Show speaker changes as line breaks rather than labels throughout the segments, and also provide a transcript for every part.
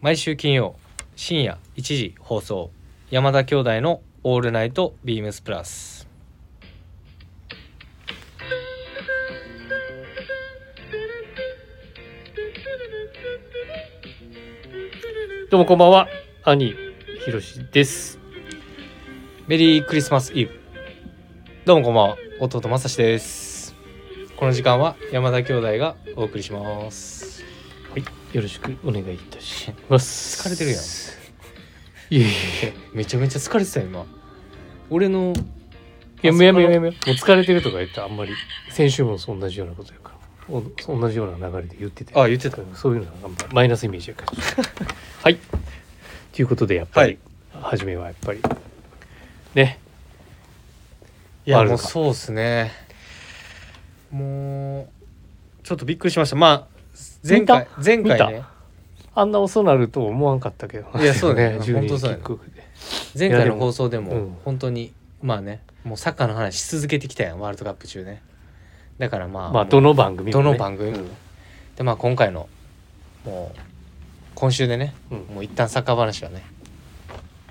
毎週金曜深夜1時放送山田兄弟の「オールナイトビームスプラス」
どうもこんばんは兄ひろしです
メリークリスマスイブどうもこんばんは弟まさしですこの時間は山田兄弟がお送りします
はいよろしくお願いいたします
疲れてるやん
いやい
えめちゃめちゃ疲れてた今俺の
やいややめやめやめやめもう疲れてるとか言ったらあんまり先週もそう同じようなことやからおそう同じような流れで言ってて
あ言ってた
そういうのはあんまマイナスイメージやから はいということでやっぱり、初めはやっぱりね
いや
ワール
も
ド
う
カップ
そうですねもうちょっとびっくりしましたまあ前回前回
見
ね
あんな遅なると思わんかったけど
いやそう だよ
12
本当
キ
そうだ
ッ
よ
クオフで
前回の放送で
いやでもう
も
ん
本当にまあねもうサッカーの話し続けてきたやんワールドカップ中ねだからまあ
まあどの番組
ど
もね
の番組も、
うん
でまあ今回のもう今週でね
うん
もう一旦サッカー話はね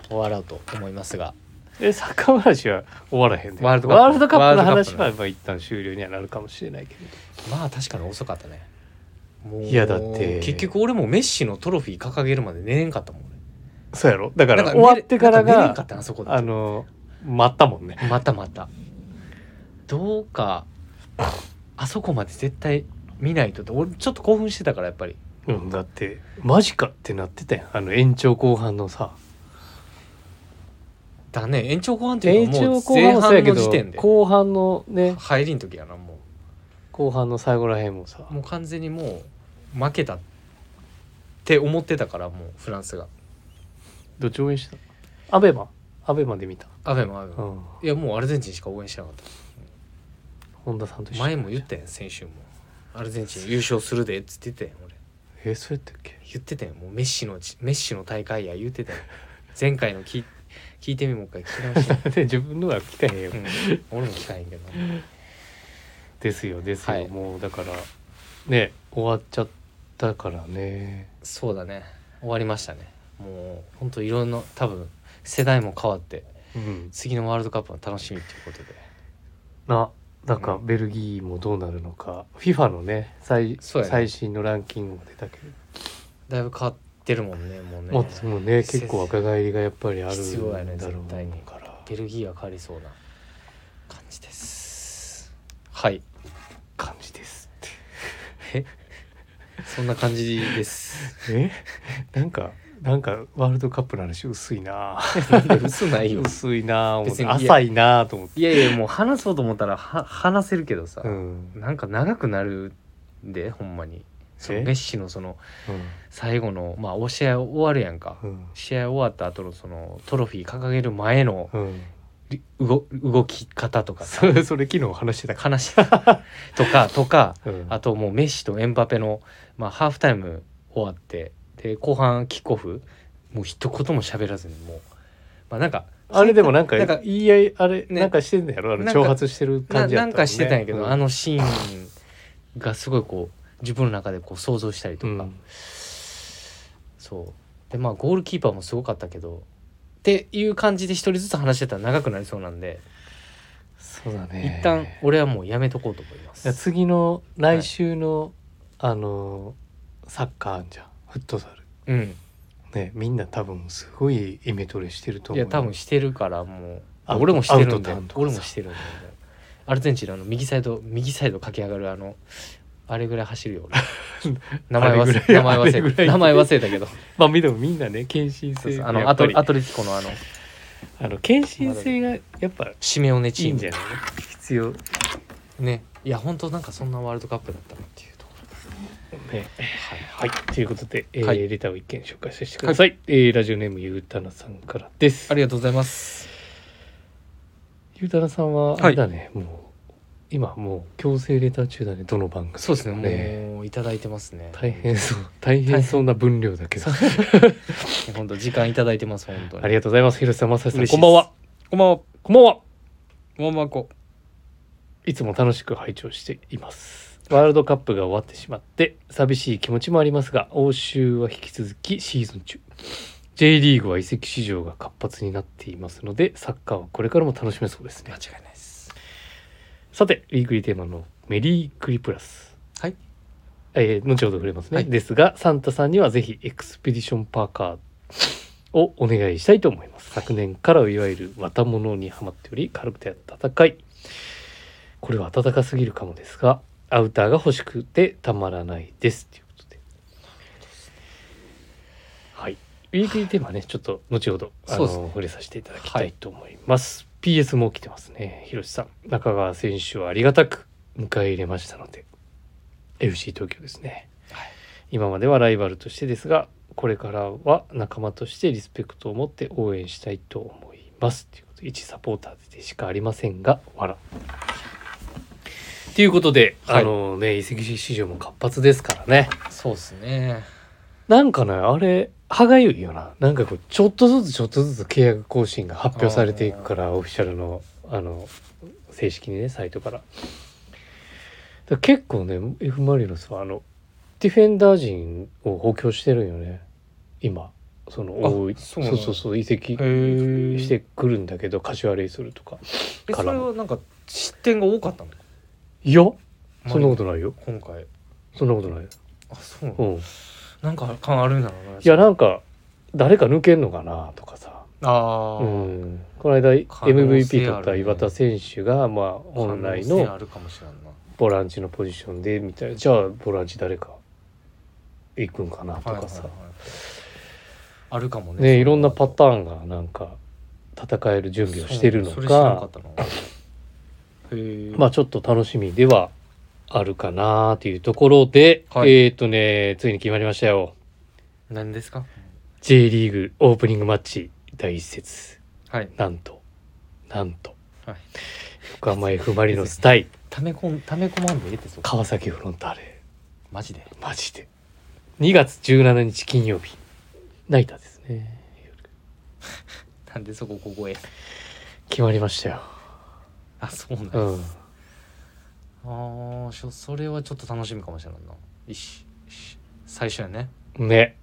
終わろうと思いますが
えサッカー話は終わらへんで
ワールドカップ
ワールドカップ
ワールドカップ
の話はまあ一旦終了にはなるかもしれないけど
まあ確かに遅かったねもう
いやだって
結局俺もメッシのトロフィー掲げるまで寝れんかったもん俺
そうやろだから
なん
終わってか
な
ら
ん寝れんか
が
ったなそこで
あの待ったもんね
またまたどうかあそこまで絶対見ないとって俺ちょっと興奮してたからやっぱり
うんだってマジかってなってたやんあの延長後半のさ
だね延長後半っていう
延
のはも
長
う
後
前
半もそうや
半
け
の時点
ど
で
後半のね
入りん時やなも
後半の最後らへんもさ
うもう完全にもう負けたって思ってたからもうフランスが
どっち応援したアベマアベマで見た、
アベマアベ
う
マ
ん、
いやもうアルゼンチンしか応援してなかった
本田さんと一緒
前も言ったやん先週もアルゼンチン優勝するでっつって言ってたやん俺
えそうやったっけ
言ってたよもうメッシのちメッシの大会や言ってたよ前回の聞い聞いてみもう一回聞き直して、
で自分のは聞かへんよ、
うん、俺も聞かへんけど
ですよですよ、
はい
もうだからね終わっちゃったからね
そうだね終わりましたねもうほんといろんな多分世代も変わって
うん
次のワールドカップの楽しみということで
ななんか
うん
ベルギーもどうなるのか、FIFA のね最
そうやね
最新のランキングも出たけど、
だいぶ変わってるもんねもうね
もうもうね結構若返りがやっぱりある
必要やね
んだろ
絶対に
うから、
ベルギーは変わりそうな感じですはい
感じですって
えそんな感じです
えなんかなんかワールドカップの話薄いな
なんで嘘ないよ
薄いなあ思っ
別
て
にいや
浅いなあと思って、
いやいやもう話そうと思ったらは話せるけどさ、
うん
なんか長くなるんでほんまにその
え
メッシのその
うん
最後のまあお試合終わるやんか、
うん
試合終わった後のそのトロフィー掲げる前の
うん、
り動動き方とかさ
それそれ昨日話してたか、
悲しいとかとから
うん
あともうメッシとエンバペの、まあ、ハーフタイム終わってで後半キックオフもう一言も喋らずにもうまあなんか
あれでもなんか
な
言
んか
い合いあれ
ね
なんかしてんだやろあの
なんか
挑発してる
な
感じや
な
っ
ん
たもね
かしてたんやけど、
う
あのシーンがすごいこう自分の中でこう想像したりと
う
か、
ん
そうでまあゴールキーパーもすごかったけどっていう感じで一人ずつ話してたら長くなりそうなんで、
そうだね
一旦俺はもうやめとこうと思いま
い
す
や次の来週の、あのサッカーあんじゃんフットサル
うん
ねみんな多分すごいイメトレしてると
い
思う
や
よ
多分してるからもう
アウト
俺もしてるんで
アウトとアウト
俺もしてるんでアルゼンチンのあの右サイド右サイド駆け上がるあのあれぐらい走る よ俺名前
あれぐ
忘
ら
れ
い
名前
あれぐ
忘
ら
れ
い
名前忘れ たけど
まあでもみんなね献身
そうそう
性が
あの
や
ア
っぱ
ト
り
アトレティコのあの
あの献身性がやっぱ
シメオネ
い
チ
い
ー
ん
ム
じゃない必要ね
ねいや本当なんかそんなワールドカップだったなっていうところはい
はいということで、えー
はい
レターを一件紹介させてください、えーラジオネームゆうたなさんからです
ありがとうございます
ゆうたなさんは
はい
あれだね、もう今もう強制レター中だねどの番組も
そうですねもう
ね
いただいてますね
大変そう大変そうな分量だけど
本当時間いただいてます本当に
ありがとうございます広瀬さんまさしさん
嬉しい
こんばんは
こんばんは
こんばんは
こんばんはこ
いつも楽しく拝聴していますワールドカップが終わってしまって寂しい気持ちもありますが欧州は引き続きシーズン中 J リーグは移籍市場が活発になっていますのでサッカーはこれからも楽しめそうですね
間違いないです
さてウィークリーテーマの「メリークリプラス」
はい
えー後ほど触れますね、
はい
ですがサンタさんにはぜひエクスペディションパーカーをお願いしたいと思います昨年からいわゆる綿物にはまっており軽くて暖かいこれは暖かすぎるかもですがアウターが欲しくてたまらないですということではいウィークリーテーマねちょっと後ほどあ
そ
の、
うですね
触れさせていただきたいと思います、PS も来てますねひろしさん中川選手をありがたく迎え入れましたので FC 東京ですね、
はい
今まではライバルとしてですがこれからは仲間としてリスペクトを持って応援したいと思いますということで一サポーターでしかありませんが笑ということで、
はい
あのね移籍市場も活発ですからね
そうですね
なんかねあれ歯がゆいよななんかこうちょっとずつちょっとずつ契約更新が発表されていくからオフィシャルのあの正式にねサイトからだから結構ね F ・マリノスはあのディフェンダー陣を補強してるんよね今その
あ
多い
そ
そうう
なんや
そうそう移籍
へえ
してくるんだけど柏レイするとか
えそ
から
れ
も
はなんか失点が多かったの
いやそんなことないよ
今回
そんなことないよ
あそう
うんい
なんか感あるんだろうない
やなんか誰か抜けんのかなとかさ
ああ、
うん、この間
可能
MVP
性
取
あるね
った岩田選手が、まあ、本来
可能性あ
の
るかもしれんな
ボランチのポジションでみたいなじゃあボランチ誰か行くんかなとかさ、
はいはいはいあるかもね
ねいろんなパターンがなんか戦える準備をしてるの
そうそれ知らなか
か
ったなへえ
まあちょっと楽しみではあるかなというところで、
はい
えっ、とねついに決まりましたよ
何ですか
J リーグオープニングマッチ第一節
はい
なんとなんと、
はい
横浜 F ・マリノス対
溜め込ん溜め込まんでええってそう
川崎フロンターレ
マジで
マジで2月17日金曜日ナイターですね
なんでそこここへ
決まりましたよ
あそうなん
う
や
ん
ああしょそれはちょっと楽しみかもしれないなよしよし最初やね
ね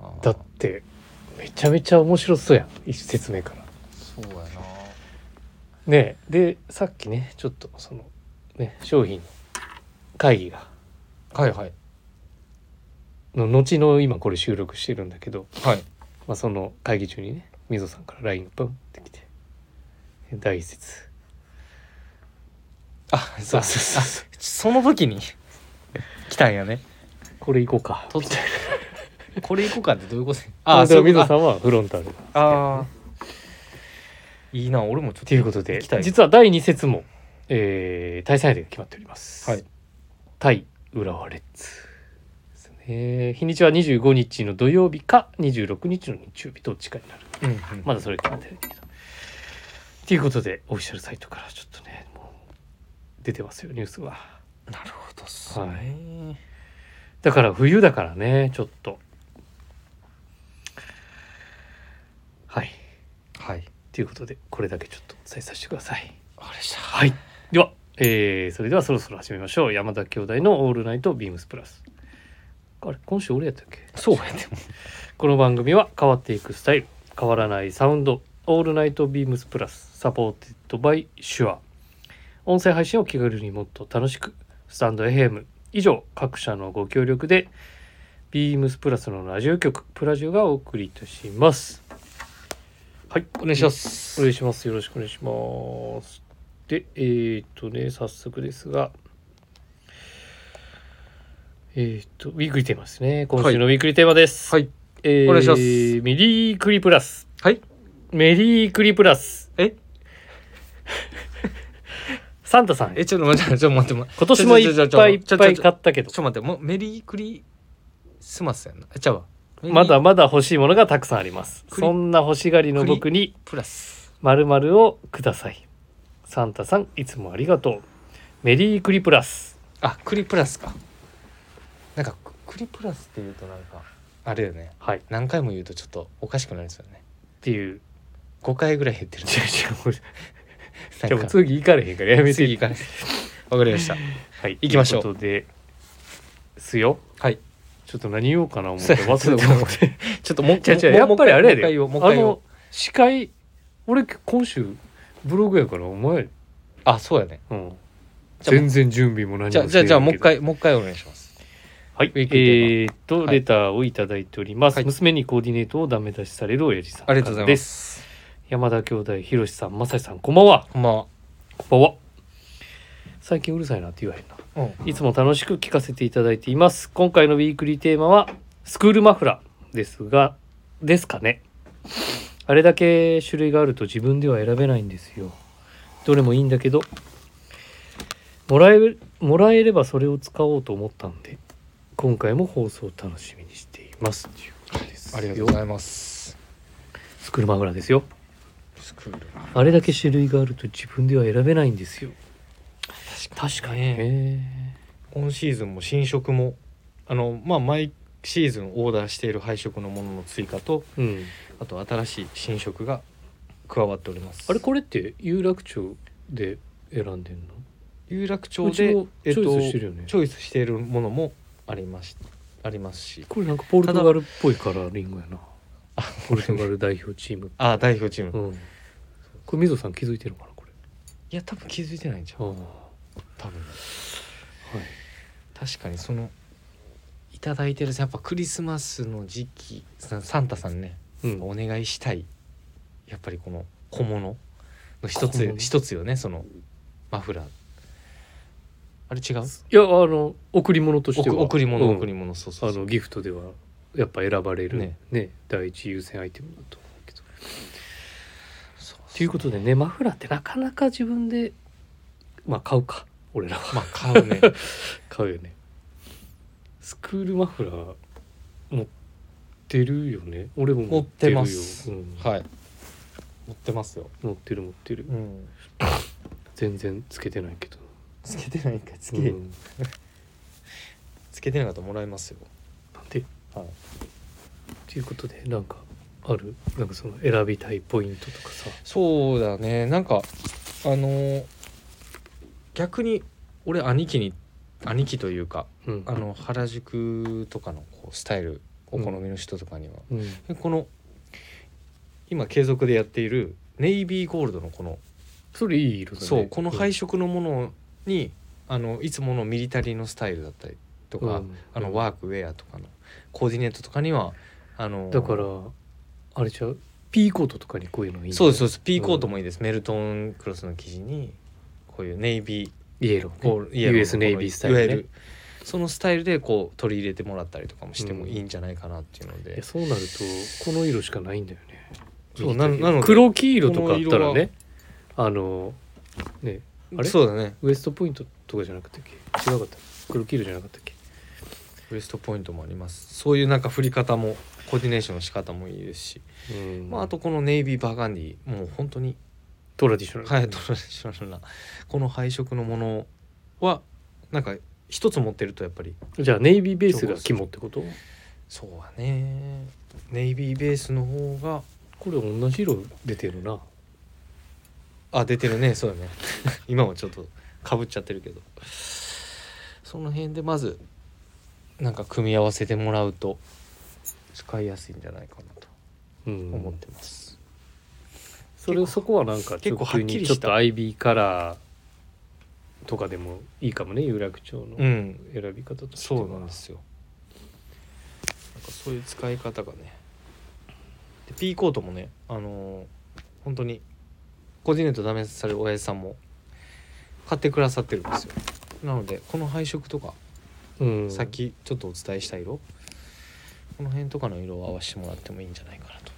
あー
だってめちゃめちゃ面白そうやん一説明から
そうやな
ねでさっきねちょっとそのね商品の会議が
はいはい
の後の今これ収録してるんだけど、
はい
まあ、その会議中にねみぞさんから LINE がポンってきて「第一節
あ
そ
そうう
そう
そう
そうそ
そ
う
の時に 来たんやね
これ行こうか」
突 然これいこうかってどういうことや
ああ
そう
みぞさ
あ
んはフロンターレだ
あーいいな俺もちょっと
ということで
行きたい
実は第2節も、えー、対戦相手が決まっております、
はい
対浦和レッズですね日にちは25日の土曜日か26日の日曜日どっちかになる
うんうん
まだそれ決まってないけどということでオフィシャルサイトからちょっとねもう出てますよニュースは
なるほどっす
はい
ね
だから冬だからねちょっとはい
はい
ということでこれだけちょっとお伝えさせてください
わかりました
はい。では、えーそれではそろそろ始めましょう。山田兄弟のオールナイトビームスプラス。あれ、今週俺やったっけ
そうやでも
この番組は変わっていくスタイル、変わらないサウンド、オールナイトビームスプラス、サポーテッドバイシュア。音声配信を気軽にもっと楽しく、スタンド FM 以上各社のご協力で、ビームスプラスのラジオ局、プラジオがお送りいたします。はい、。
お願いしますす
お願いします。よろしくお願いします。で、えーっとね、早速ですが、えーっと、ウィークリーテーマですね。今週のウィークリーテーマです。
はい
えー
お願いします
メリークリプラス。
はい
メリークリプラス。
え
サンタさん、
えちょっと待ってちょ っと待って
今年もいっぱいいっぱい買
っ
ったけど
ち、ょっと待ってもうメリークリスマスやんなえちゃうわメリー
まだまだ欲しいものがたくさんあります。
クリ
そんな欲しがりの僕に、
プラス
〇〇をください。サンタさん、いつもありがとう。メリークリプラス。
あクリプラスかなんかククリプラスっていうとなんかあれよね
はい。っ
何回も言うとちょっとおかしくなりそうだね
ていう。
5回ぐらい減ってる
違う違う。俺じゃあ
なん
もう
か
次行かれへんからやめて。
次行かないわかりました
はい
行きましょう
ということですよ
はい
ちょっと何言おうかな思っ
そ
て
うや
忘れても
ちょっとちょっともう
違う違う
も
やっぱりあれやで
もう一回言おうもう一
あ
回言おう
の司会俺今週ブログやからお前、
あそうやね
うん、
じゃあ
全然準備も何も
じゃあじゃあ
してないけど
じゃあもう一回もう一回お願いします
はい
ウ
え
ィークリー
ーっと
はい
レターをいただいております、
はい
娘にコーディネートをダメ出しされるおやじさん
ありがとうございます
山田兄弟ひろしさんまさしさんこんばんは
こんばんは
こんばんは最近うるさいなって言わへんな
うん
いつも楽しく聞かせていただいています。今回のウィークリーテーマは、スクールマフラーですが、ですかね。あれだけ種類があると自分では選べないんですよ。どれもいいんだけど、もらえる、もらえればそれを使おうと思ったんで、今回も放送を楽しみにしています。ということですよ
ありがとうございます
スクールマフラーですよ。
スクールな
あれだけ種類があると自分では選べないんですよ。確かに。
今シーズンも新色もあのまあ毎シーズンオーダーしている配色のものの追加と
うん。
あと新しい新色が加わっております
あれこれって有楽町で選んでんの
有楽町
うち
で
もチョイスしてるよね
チョイスしているものもありますありますし
これなんかポルトガルっぽいカラーリングやなポルトガル代表チーム、
あ代表チーム、い
うん、これ水野さん気づいてるのかなこれ
や多分気づいてないんちゃう多分確かにそのいただいてるやっぱクリスマスの時期さサンタさんね
うん
お願いしたいやっぱりこの小物の一
小
つ
物
一つよねそのマフラーあれ違う
いやあの贈り物としては
贈り物
うん
贈り物そうそ
あ
うそう
のギフトではやっぱ選ばれるね
ね
第一優先アイテムだと思うけど
そうそう
ということでねマフラーってなかなか自分でまあ買うか俺らは
まあ買う ね
買うよねスクールマフラー持ってるよね俺も持ってる
持
よ
ってます
うん
はい持ってますよ
持ってる持ってる
うん
全然つけてないけど
つけてないんかつ
う
け
ん
つけてなかったらもらえますよ
なんで
はい
ということでなんかあるなんかその選びたいポイントとかさ
そうだねなんかあのー逆に俺兄貴に兄貴というか
うん
あの原宿とかのこうスタイルお好みの人とかには、
うん
でこの今継続でやっているネイビーゴールドのこの、
それいい色だね
そうこの配
信
色のものに、あのいつものミリタリーのスタイルだったりとか、あのワークウェアとかのコーディネートとかにはあの
だからあれちゃうピーコートとかにこういうのいいね
そうですそうですピーコートもいいです、メルトンクロスの生地にこういうネイビー
イエロ
ゴー
ーね
ルイエロの
US ネイビースタイル
いわゆ
ね
るそのスタイルでこう取り入れてもらったりとかもしてもいいんじゃないかなっていうので、
いやそうなるとこの色しかないんだよね
そうななので
黒黄色とかあったら
この色
ねあのねあれ
そうだね
ウエストポイントとかじゃなかったっけ違うかった黒黄色じゃなかったっけ
ウエストポイントもありますそういうなんか振り方もコーディネーションの仕方もいいですし、
うん
まあ、あとこのネイビーバーガンディもう本当に
トラディショナル
ハヤトラディショナルなこの配色のものはなんか一つ持ってるとやっぱり
じゃあネイビーベースが肝ってこと
そうはねネイビーベースの方が
これ同じ色出てるな
あ出てるねそうだね 今もちょっとかぶっちゃってるけどその辺でまずなんか組み合わせてもらうと使いやすいんじゃないかなと
うん
思ってます、
それ
結構
そこはなんか
結構はっきり
直球に
した
ちょっとアイビーカラーとかでもいいかもね有楽町の
うん
選び方としては
そうなんですよなんかそういう使い方がねで P コートもねあのー本当にコーディネートダメされるおやじさんも買ってくださってるんですよなのでこの配色とか、
うん
さっきちょっとお伝えした色この辺とかの色を合わせてもらってもいいんじゃないかなと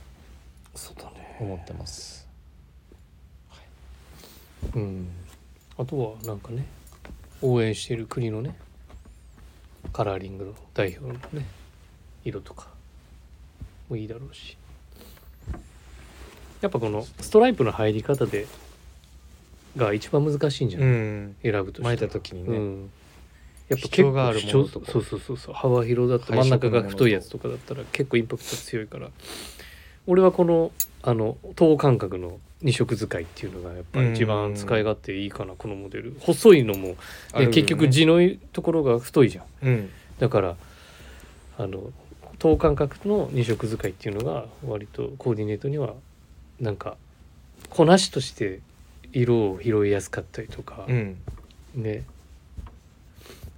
そうだね
思ってます
うん、あとはなんかね応援している国のねカラーリングの代表のね色とかもいいだろうしやっぱこのストライプの入り方でが一番難しいんじゃ
う
ない、
ん
選ぶと
巻い
した
た
ら
時に
う
ね、
ん、やっ
主
ぱ
張があるものと
結構主張そうそうそうそう幅広だった
配
真ん
色の
中が太いやつとかだったら結構インパクト強いから俺はこのあの等間隔の二色使いっていうのがやっぱり一
う
番
ん
使い勝手いいかなこのモデル細いのも、ね
あるよね
結局地のところが太いじゃん
うん
だからあの等間隔の二色使いっていうのが割とコーディネートにはなんかこなしとして色を拾いやすかったりとか
う、ん
ね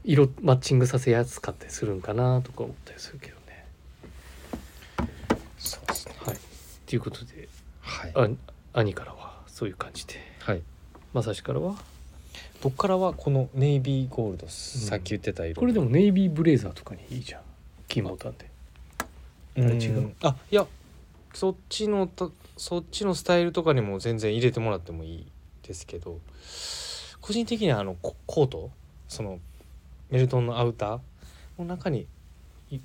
色マッチングさせやすかったりするんかなとか思ったりするけどね。
そうですね
はい、ということで
はい
あ兄からはそういう感じで
はい
まさしからは
僕からはこのネイビーゴールドっす、さっき言ってた色
これでもネイビーブレザーとかにいいじゃんキーマウタンで。
うん
あ違う
あいやそっちのとそっちのスタイルとかにも全然入れてもらってもいいですけど個人的にはあのココートそのメルトンのアウターの中にい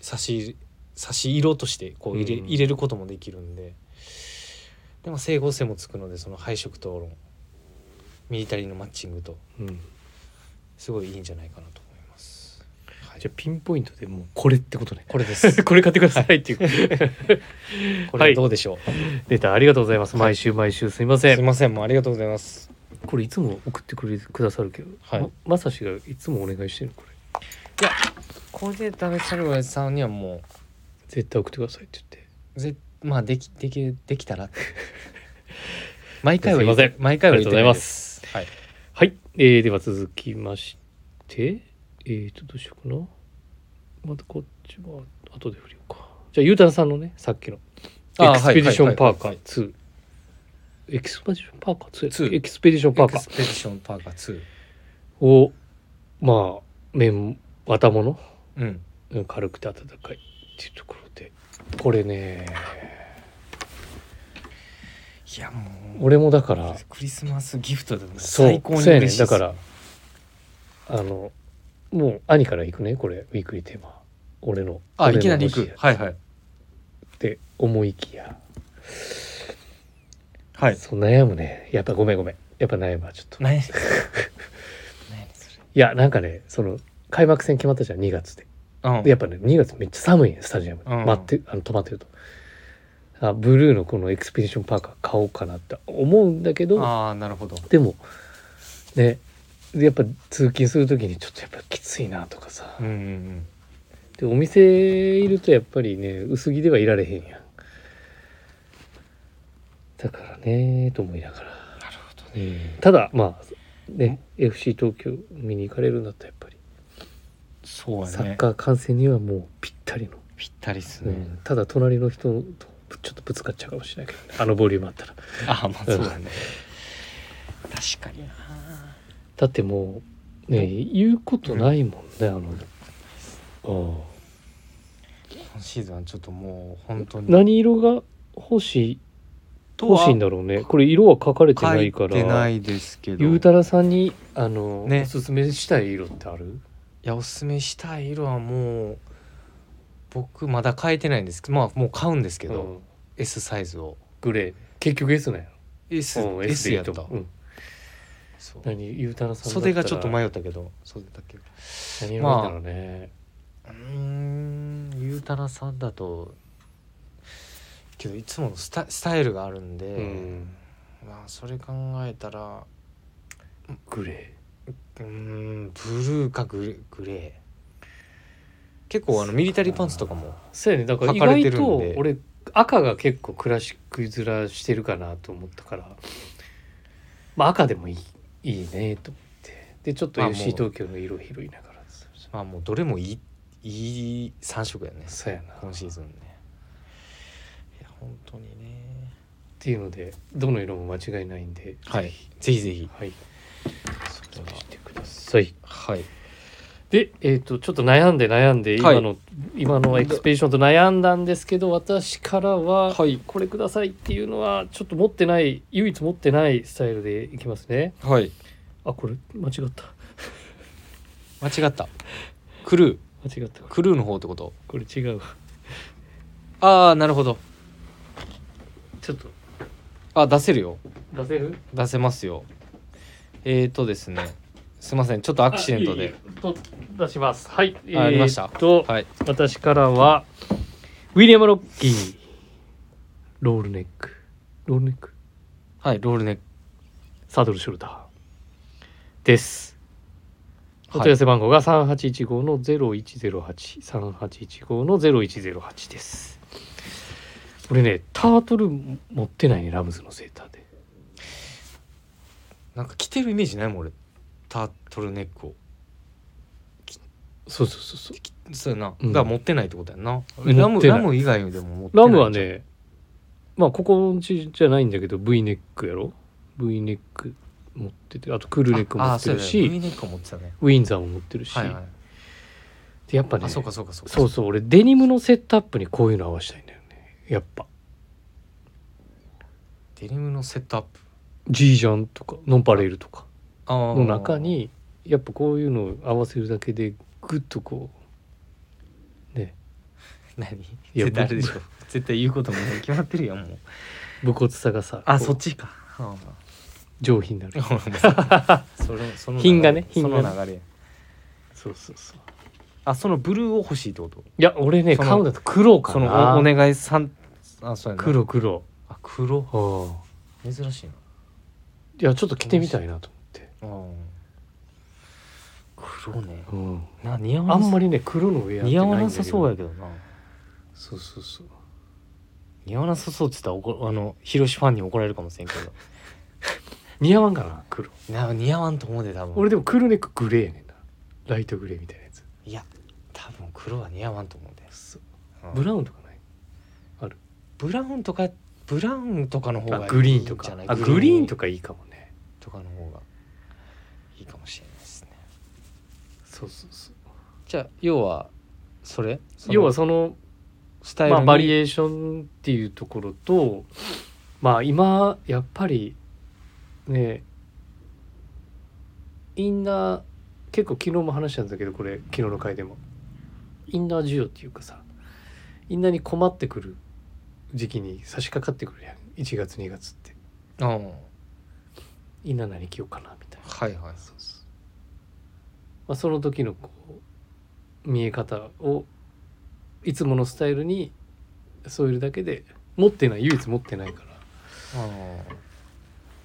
差し入れ差し色としてこう入れ,、
うん
入れることもできるんででも整合性もつくのでその配色討論ミリタリーのマッチングと
うん、
すごいいいんじゃないかなと思います。はい、
じゃあピンポイントでもうこれってことね。
これです。
これ買ってくださいっていう。
これどうでしょう。
レターありがとうございます。
はい
毎週毎週すいません。
すいませんもうありがとうございます。
これいつも送ってくれくださるけど、
はい
ままさしがいつもお願いしてるのこれ。
これでダメサルワイさんにはも
絶対送ってくださいって言って。
うぜまあできできできた ら毎回は
すいません
毎回は言ってなすはい
はい。えー、では続きまして、えーと、どうしようかな。またこっちは後で振りようか。じゃあ、ゆうたんさんのね、さっきの。エ
あ
クスペディションパーカ
はい
ー2。エクスペディションパーカー
ツー
2? エクスペディションパ
エ
ーカ
クス
ー
ペディションパーカー2
を、まあ、面、綿物
うん
うん軽くて暖かいっていうところでこれね
いやもう
俺もだから
クリスマスギフトでも
そう
最高に
そうや
嬉
ね
しい
だからあのもう兄から行くねこれウィークリーテーマ俺の
あ
俺
い
の
きなり行く
欲しや
はいはい
って思いきや、
はい
そう悩むねやっぱごめんごめんやっぱ悩むわちょっとい
何 何やねんそれ
やなんかねその開幕戦決まったじゃん2月で
うん
でやっぱね2月めっちゃ寒いねスタジアム、
うん
待ってあの止まってるとあブルーのこのエクスペディションパーカー買おうかなって思うんだけど
ああなるほど
でもねでやっぱ通勤する時にちょっとやっぱきついなとかさ
うんうんうん
でお店いるとやっぱりね薄着ではいられへんやんだからねと思いながら
なるほどね
うんただまあね FC 東京見に行かれるんだったらやっぱり
そう
サ
や
ッ
ね
カー観戦にはもうぴったりの、
ぴったりっす
う
ね
んただ隣の人とぶちょっとぶつかっちゃうかもしれないけどね、あのボリュームあったら
あまあそうだね確かにな
だってもうね言うことないもんねあのああ
今シーズンはちょっともう本当に
何色が欲しい
とは
欲しいんだろうねこれ色は書かれてな
書
い
い
から
てないですけど
ゆうたらさんにあの、
ね
おすすめしたい色ってある
いやおすすめしたい色はもう僕まだ変えてないんですけどまあもう買うんですけど、
うん
S サイズを
グレー結局 S なんや
S,、
ろうん
S
でい
や
い
った、
と思ううん
そう
何ゆうたらさんだったら
袖がちょっと迷ったけど袖だけう
何色がいいんだろうね、
ーんゆうたらさんだとけどいつものスタスタイルがあるんで、
うん
まあそれ考えたら
グレ
うーんブルーかグレグレー結構あのミリタリーパンツとかも
ーそうやねだから意
書かれて
外
るん
と
で
俺赤が結構クラシック面してるかなと思ったからまあ赤でもいいいいねと思ってでちょっと
まあもう
FC 東京の色を拾いながら
まあもうどれもいいいい3色やね
そうやな
今シーズンねいや本当にね
っていうのでどの色も間違いないんで
はいぜひぜひ
はい
それは
してください
はい
でえっ、とちょっと悩んで悩んで
はい
今の、今のエクスペディションと悩んだんですけど私からは
はい
これくださいっていうのはちょっと持ってない唯一持ってないスタイルでいきますね
はい
あこれ間違った
間違った クルー
間違ったこれ
クルーの方ってこと
これ違うわ
ああなるほど
ちょっと
あ出せるよ
出せる
出せますよえーとですねすいませんちょっとアクシデント
あい
で
いいいと出しますはいえ
あありました
と、
はい
私からはウィリアム・ロッキーロールネックロールネック
はいロールネック
サドルショルダーです。お
はい
問い合わせ番号が3815の0108、3815の0108です。俺ね、タートル持ってないね、ラムズのセーターで。
なんか着てるイメージないもん俺タートルネックを
そうそうそうそう。
そうやな、
うん
が持ってないってことやんな
持ってない
ラムラム以外でも持ってない
ラムはね、まあ、ここんちじゃないんだけど、V ネックやろ ?V ネック持ってて、あとクールネックも持
ああ
って
そう
る
やね
し、
V ネックも持ってたね
ウィンザーも持ってるし、
はいはい
でやっぱね
あ、そうかそうかそうか
そうそう、俺デニムのセットアップにこういうの合わせたいんだよね。やっぱ。
デニムのセットアップ
ジージャンとかノンパレールとかの
の
中にやっぱこういうのを合わせるだけでグッとこうね
何
や
絶対あれでしょ絶対言うことももう決まってる やんもう
武骨さがさ
あ
こう
そっちか あ
上品になる
あ それその流れ
品がね品
そ
がね
の流れ
そうそうそう
あそのブルーを欲しいってこと
いや俺ね
その
買うんだと黒か
その
な
おお願いさんあそうやな
黒黒
あ黒
ああ
珍しいない
やちょっと着てみたいなと
うん黒ね
思って、
な似合
うん、あ
わ
んま
り
りね黒のウェアって
似合わ
ないん
な
だけど
さそうやけどな
そうそうそう
似合わなさそうって言ったら怒あの広島ファンに怒られるかもしれんけど
似合わんかな黒
な似合わんと思うで多分
俺でもクールネックグレーやねんなライトグレーみたいなやつ
いや多分黒は似合わんと思うで、
そう
うん
ブラウンとかない
ブラウンとかブラウンとかの方が
あグリーンと
いい
か
んじゃない
あグリーンとかいいかもね
とかの方がいいかもしれないですね
そうそうそう
じゃあ要はそれ
要は
そ
その、
のスタイル
まあ、
に
バリエーションっていうところとまあ今やっぱりねインナー結構昨日も話したんだけどこれ昨日の回でもインナー需要っていうかさインナーに困ってくる時期に差し掛かってくるやん1月2月って
うんは
インナー何着ようかなみたいない
はい
そうそうまあ、その時のこう見え方をいつものスタイルに添えるだけで持ってない唯一持ってないから、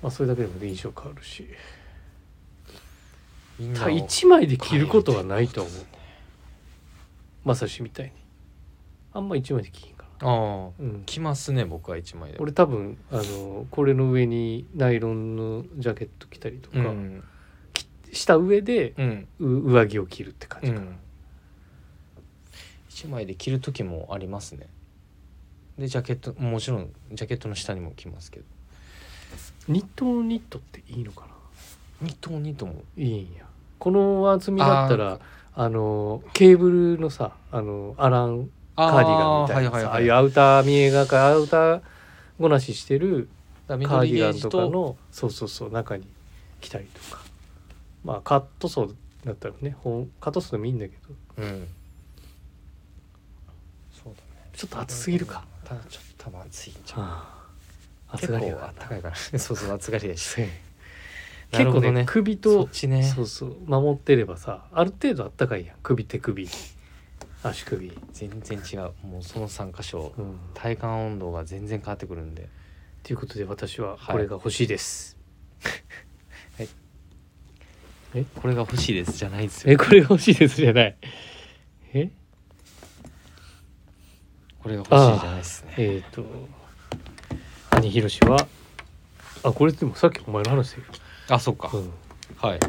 まあ、それだけでも印象変わるし
みん
た
な
だ
を
1枚で着ることはないと思うまさしみたいにあんま1枚で着ひんか
ああ
ら、うん、
来ますね僕は一枚で
俺多分あのこれの上にナイロンのジャケット着たりとか、
うん
した上で
うん
う上着を着るって感
う
じかな、
ん一枚で着る時もありますねでジャケットもちろんジャケットの下にも着ますけど
ニットのニットっていいのかな
二頭二頭も
いいんやこの厚みだったらあのケーブルのさあのアランカーディガンみたいなさあ,、
あ
あ
あ
い
いうや
アウター見えがかアウターごなししてる
カ
カーデ
ー
ィ
デ
ガ
ィ
ンとかのそうそうそう中に着たりとかまあカットソーだったらねほんカットソーでもいいんだけど
うんそうだね
ちょっと暑すぎるか
ただちょっと多分暑いんちゃう
ああ暑
結
がり
構
や
あ
か
ったかいからそうそう暑がりやし
らね
なる
結
ほ
構
ど
ね
ね
首
そ
と
っちね
そうそう守ってればさある程度あったかいやん首手首足首、
全然違うもうその3箇所
うん、
体感温度が全然変わってくるんで
ということで私は
はい
これが欲しいです、
これが欲しいですじゃないんです
え
よ
これが欲しいですじゃないえ
これが欲しいじゃないですね
えっ、と兄ひろしはあこれでもさっきお前の話だよ、
あそっか
うん
はい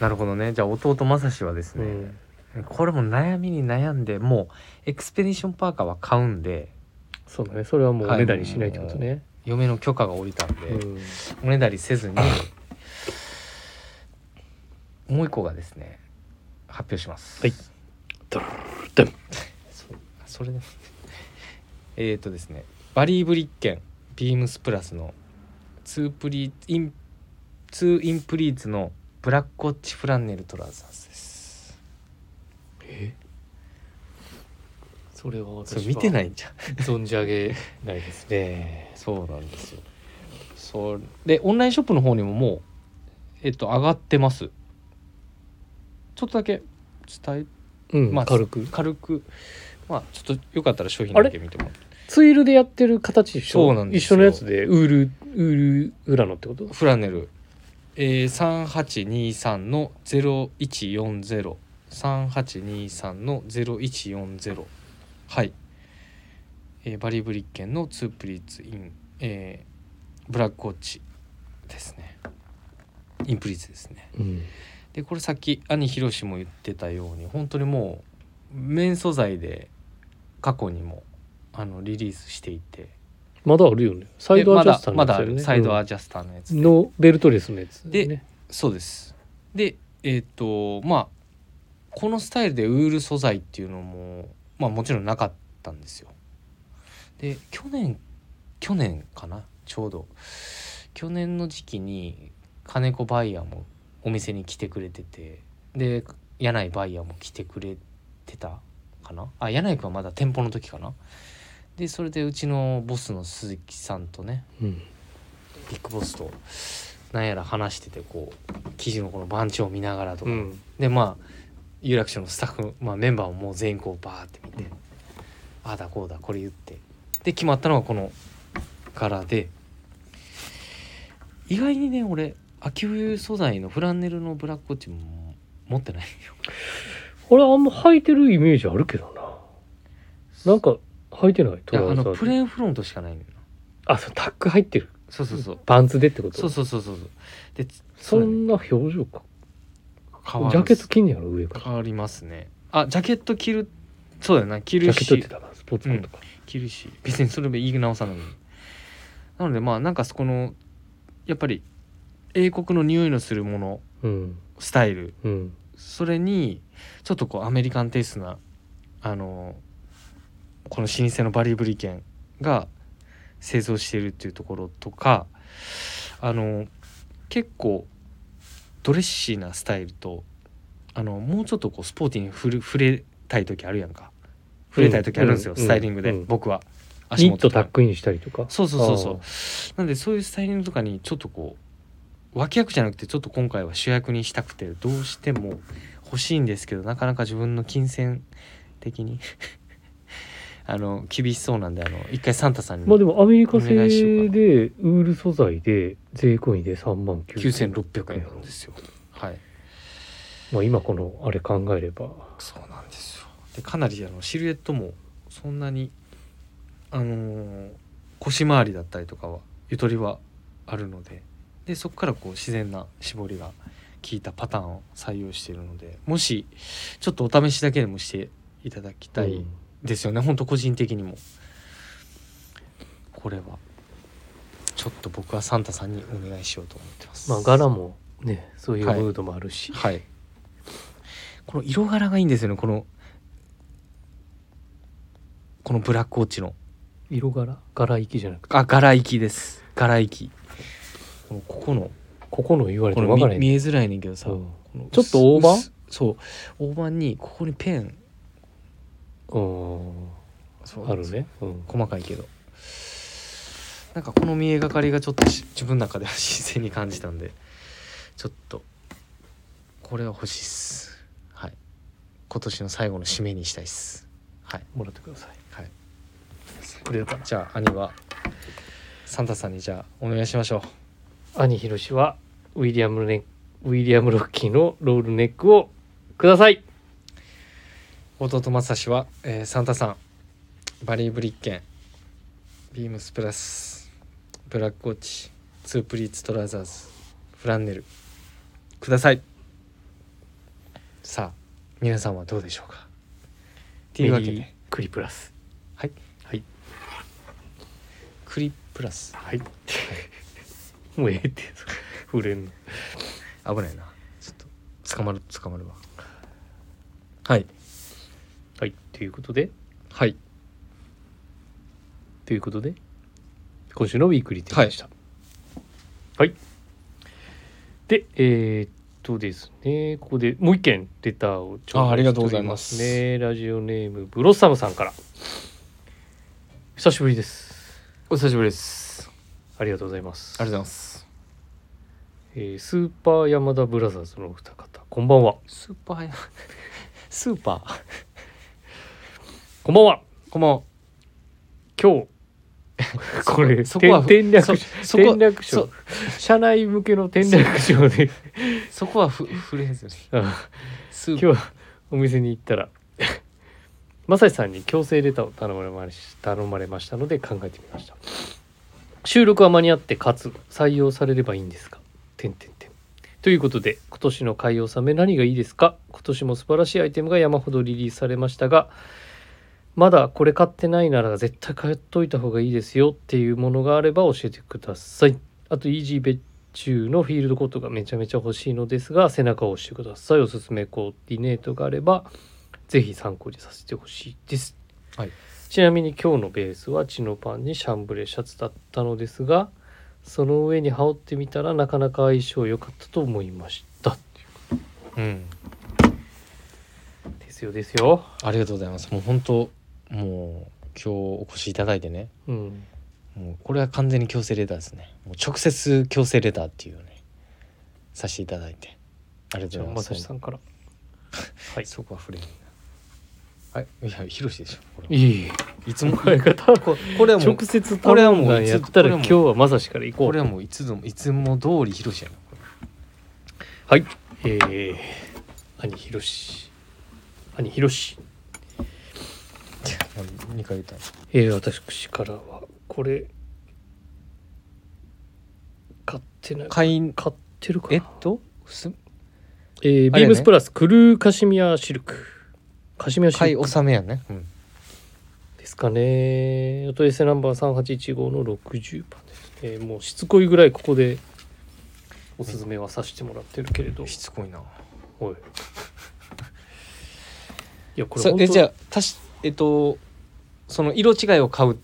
なるほどねじゃあ弟正志はです
う
ね
ん、
これも悩みに悩んでもうエクスペディションパーカーは買うんで
そうだねそれはもうおねだりしないってことね、
嫁の許可が下りたんで、
うん
おねだりせずにもう一個がですね発表します
はいドルルルン
そそれですえっとですねバリー・ブリッケンビームスプラスのツープリインツーインプリーツのブラックウォッチフランネルトラウザーズです
えそれは私
そ
は
れ見てないいんじゃん
存じ上げないですね
そうなんですよそれでオンラインショップの方にももうえっと上がってますちょっとだけ伝え
うん、
まあ
軽く
軽くまあちょっとよかったら商品だけ見てもらって
ツイルでやってる形でしょ
そうなんですよ
一緒のやつでウールウールウラノってこと
フラネル、えー、3823の0140 3823の0140はい、えーバリブリッケンのツープリッツイン、えーブラックウォッチですねインプリッツですね
うん
でこれさっき兄ひろしも言ってたように本当にもう綿素材で過去にもあのリリースしていて
まだあるよねサイ
で
ド
ま
アジャ
だ
スター
ま
のや
だ
つ
あ
だよね
るサイド
う
ア
ん
ジャスターのやつ
のベルトレスのやつだよね
そうですでえっ、とまあこのスタイルでウール素材っていうのもまあもちろんなかったんですよで去年去年かなちょうど去年の時期に金子バイヤーもお店に来てくれててで柳井バイヤーも来てくれてたかなあ柳井君はまだ店舗の時かなでそれでうちのボスの鈴木さんとね
うん
ビッグボスとなんやら話しててこう記事のこの番長を見ながらと
う
か、
ん
でまあ有楽町のスタッフ、まあ、メンバーをもう全員こうバーって見て、ああだこうだこれ言ってで決まったのがこの柄で意外にね俺秋冬素材のフランネルのブラックウォッチも持ってないよ
俺あんま履いてるイメージあるけどななんか履いてない
い
ト
や
ラ
あ
ウザ
の
ーで
プレーンフロントしかないのよな
あそうタック入ってる
そうそうそう
パンツでってこと
そうそうそうそうそうでつ
そ
そうだね
んな表情か
変わる
ジャケット着んねやろ上から
変わりますねあジャケット着るそうだよな着
ジ
る
ャケットって
し
だなスポーツマンとか、
着るし別にそれも言い直さないなのでまあなんかそこのやっぱり英国の匂いのするもの
うん
スタイル
うん
それにちょっとこうアメリカンテイストなあのこの老舗のバリブリケンが製造しているっていうところとかあの結構ドレッシーなスタイルとあのもうちょっとこうスポーティーに触る触れたい時あるやんか触れたい時あるんですよ、
うんうん
スタイリングで、
うん
僕は
ニットタッ
か
クインしたりとか
そうそうそうそうなんでそういうスタイリングとかにちょっとこう脇役じゃなくてちょっと今回は主役にしたくてどうしても欲しいんですけどなかなか自分の金銭的に あの厳しそうなんであの一回サンタさん
まあ
に
でもアメリカ
お願いしよう
製
か
でウール素材で税込みで3万
9600円なんですよはい
まあ今このあれ考えれば
そうなんですよでかなりあのシルエットもそんなにあのー腰回りだったりとかはゆとりはあるのででそこからこう自然な絞りが効いたパターンを採用しているのでもしちょっとお試しだけでもしていただきた
う
い
ん
ですよね、ほんと個人的にもこれはちょっと僕はサンタさんにお願いしようと思ってます
まあ柄もねそういうムードもあるし、
はいこの色柄がいいんですよねこのこのブラックウォッチの
色柄柄域じゃなくて
あ柄行きです柄行きこのここの
ここの言われて
こ
も
の
分から
見
へん
見えづらいねんけどさ、
う
こ
ん
の
ちょっと大判
薄そう大判にここにペン
うんあるね、うん、
細かいけどなんかこの見えがかりがちょっとし自分の中では新鮮に感じたんでちょっとこれは欲しいっすはい今年の最後の締めにしたいっすはい
もらってください
はいありがとうじゃあ兄はサンタさんにじゃあお願いしましょ
兄ひろしはウィリアムネウィリアムロッキーのロールネックをくださいう
弟正志は、えーサンタさんバリー・ブリッケンビームスプラスブラックウォッチツープリーツトラウザーズフランネルくださいさあ皆さんはどうでしょうかっていうわけ
メリー
で
クリプラス
はい
はい
クリプラス
はいもうええって触れんの
危ないなちょっと捕まる捕まるわはい
はいということで
はい
ということで今週のウィークリーテーマでしたはい、でえーっとですねここでもう一件レターを頂
あありが
戴し
とう
てお
ござい
り
ま
ますすねラジオネームブロッサムさんから久しぶりです
お久しぶりです
ありがとうございます
ありがとうございます
えースーパー山田ブラザーズのお二方こんばんは
スーパーや スーパー
こんばんは
こんばんは
今日 これ
そこは
転転略
そ
し
そこ
転
は
略
そ
書社内向けの転略書で
そこはふ触れずに
あ
スー
今
プ
日はお店に行ったら 正志さんに強制レターを頼まれまし頼まれましたので考えてみました収録は間に合ってかつ採用されればいいんですが点点点ということで今年の買い納め何がいいですか今年も素晴らしいアイテムが山ほどリリースされましたがまだこれ買ってないなら絶対買っといた方がいいですよっていうものがあれば教えてくださいあとイージーベッ中のフィールドコートがめちゃめちゃ欲しいのですが背中を押してくださいおすすめコーディネートがあればぜひ参考にさせてほしいです、
はい
ちなみに今日のベースはチノパンにシャンブレーシャツだったのですがその上に羽織ってみたらなかなか相性良かったと思いました
うん
ですよですよ
ありがとうございますもう本当もう今日お越しいただいてね
うん
もうこれは完全に強制レターですねもう直接強制レターっていうねさせていただいてありが
じ
と
ゃ
う
あ
ございま
まさ
す
しさんからはい
そこは触れへんなあいやひろしでしょこれ
いいい
いつ
お
も
前 が
ここれはもう
直接
これは
頼
も
ん
う
だんやった
こ
ら
れはも
今
う
日はまさしから行こう
これはもういつでもいつも通りひろしやなこれ
はい、えー、兄ひろし兄ひろし、
2回言ったの
えー、私からはこれ買ってない買
会員
ってるかな
えっとす
えー
あれや
ビ
ね
ームスプラスクルーカシミヤシルクカシミヤシ
会
ルク
納めやねうん
ですかねお問い合わせナンバー3815の60番です、えーもうしつこいぐらいここでおすすめはさせてもらってるけれど、
しつこいな
おいいやこれ
そ
本当
えじゃあたしえっとその色違いを買う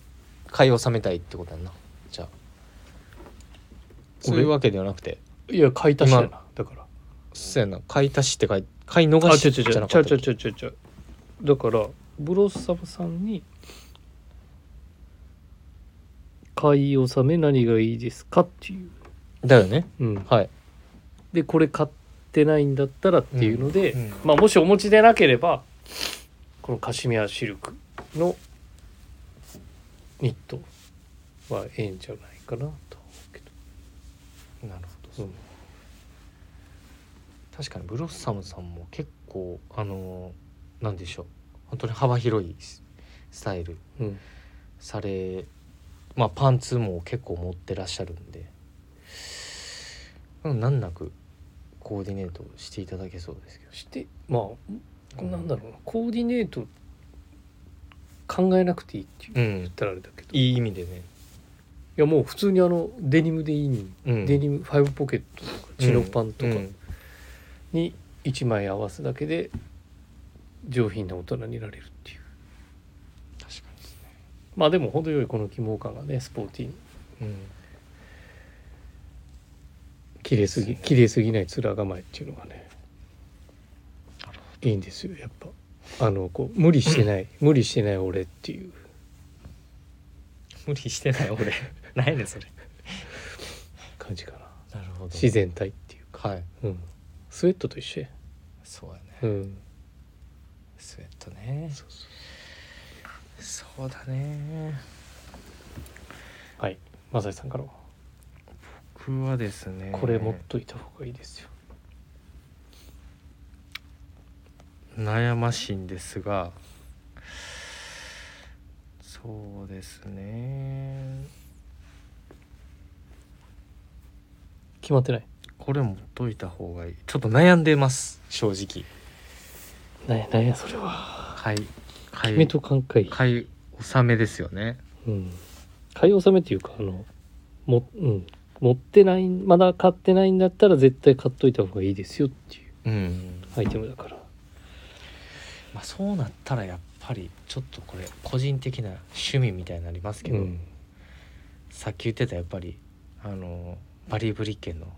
買い納めたいってことやんなじゃあ
ご
そ
めん
ういうわけではなくて
いや買い足しだなだから
そうやな買い足しって書い買い逃
あ、
し
違う
じ
違
ゃ
う違
な
う
か
違
っ
う
た
違う違う違う違うだからブロッサムさんに「買い納め何がいいですか?」っていう、
だよね
うん、
はい
でこれ買ってないんだったらっていうので、
うんうん
まあもしお持ちでなければこのカシミヤシルクのニットはええんじゃないかなと思うけ
なる
ど、うん
確かにブロッサムさんも結構あのーなんでしょう本当に幅広いススタイル
うん、
されまあパンツも結構持ってらっしゃるんでうん難なくコーディネートしていただけそうですけど
してまあ
うん
なんだろうなコーディネート考えなくていいっていう
うん
言ったらあれだけどい
いい意味でね、
やもう普通にあのデニムでいいに、
うん、
デニムファイブポケットとかチノパンとか
うん
に1枚合わすだけで上品な大人になれるっていう
確かにですね
まあでも程よいこの希望感がねスポーティーに
うん
綺麗す
そう
ぎ
ですね
綺麗すぎない面構えっていうのがね
なるほ
いいんですよやっぱあのこう無理し てない無理してない俺っていう
無理してない俺 ないねそれ
感じかな
なるほど
自然体っていう
はい
か、うん、スウェットと一緒や
そうやね
うん
スウェットね
そうそう
そうだね
はい、マサイさんからは、
僕はですね
これ持っといた方がいいですよ。
悩ましいんですがそうですね
決まってない。
これ持っといた方がいいちょっと悩んでます正直
なんや、なんや、それは。
はいはい
決めとかんかい。
買い納めですよね
うん。買い納めっていうか、あの、も、うん。持ってない、まだ買ってないんだったら絶対買っといた方がいいですよってい
う
う
ん
アイテムだから。
まあそうなったらやっぱりちょっとこれ個人的な趣味みたいになりますけ
う
ど、
ん。
さっき言ってたやっぱりあのバリー・ブリッケンの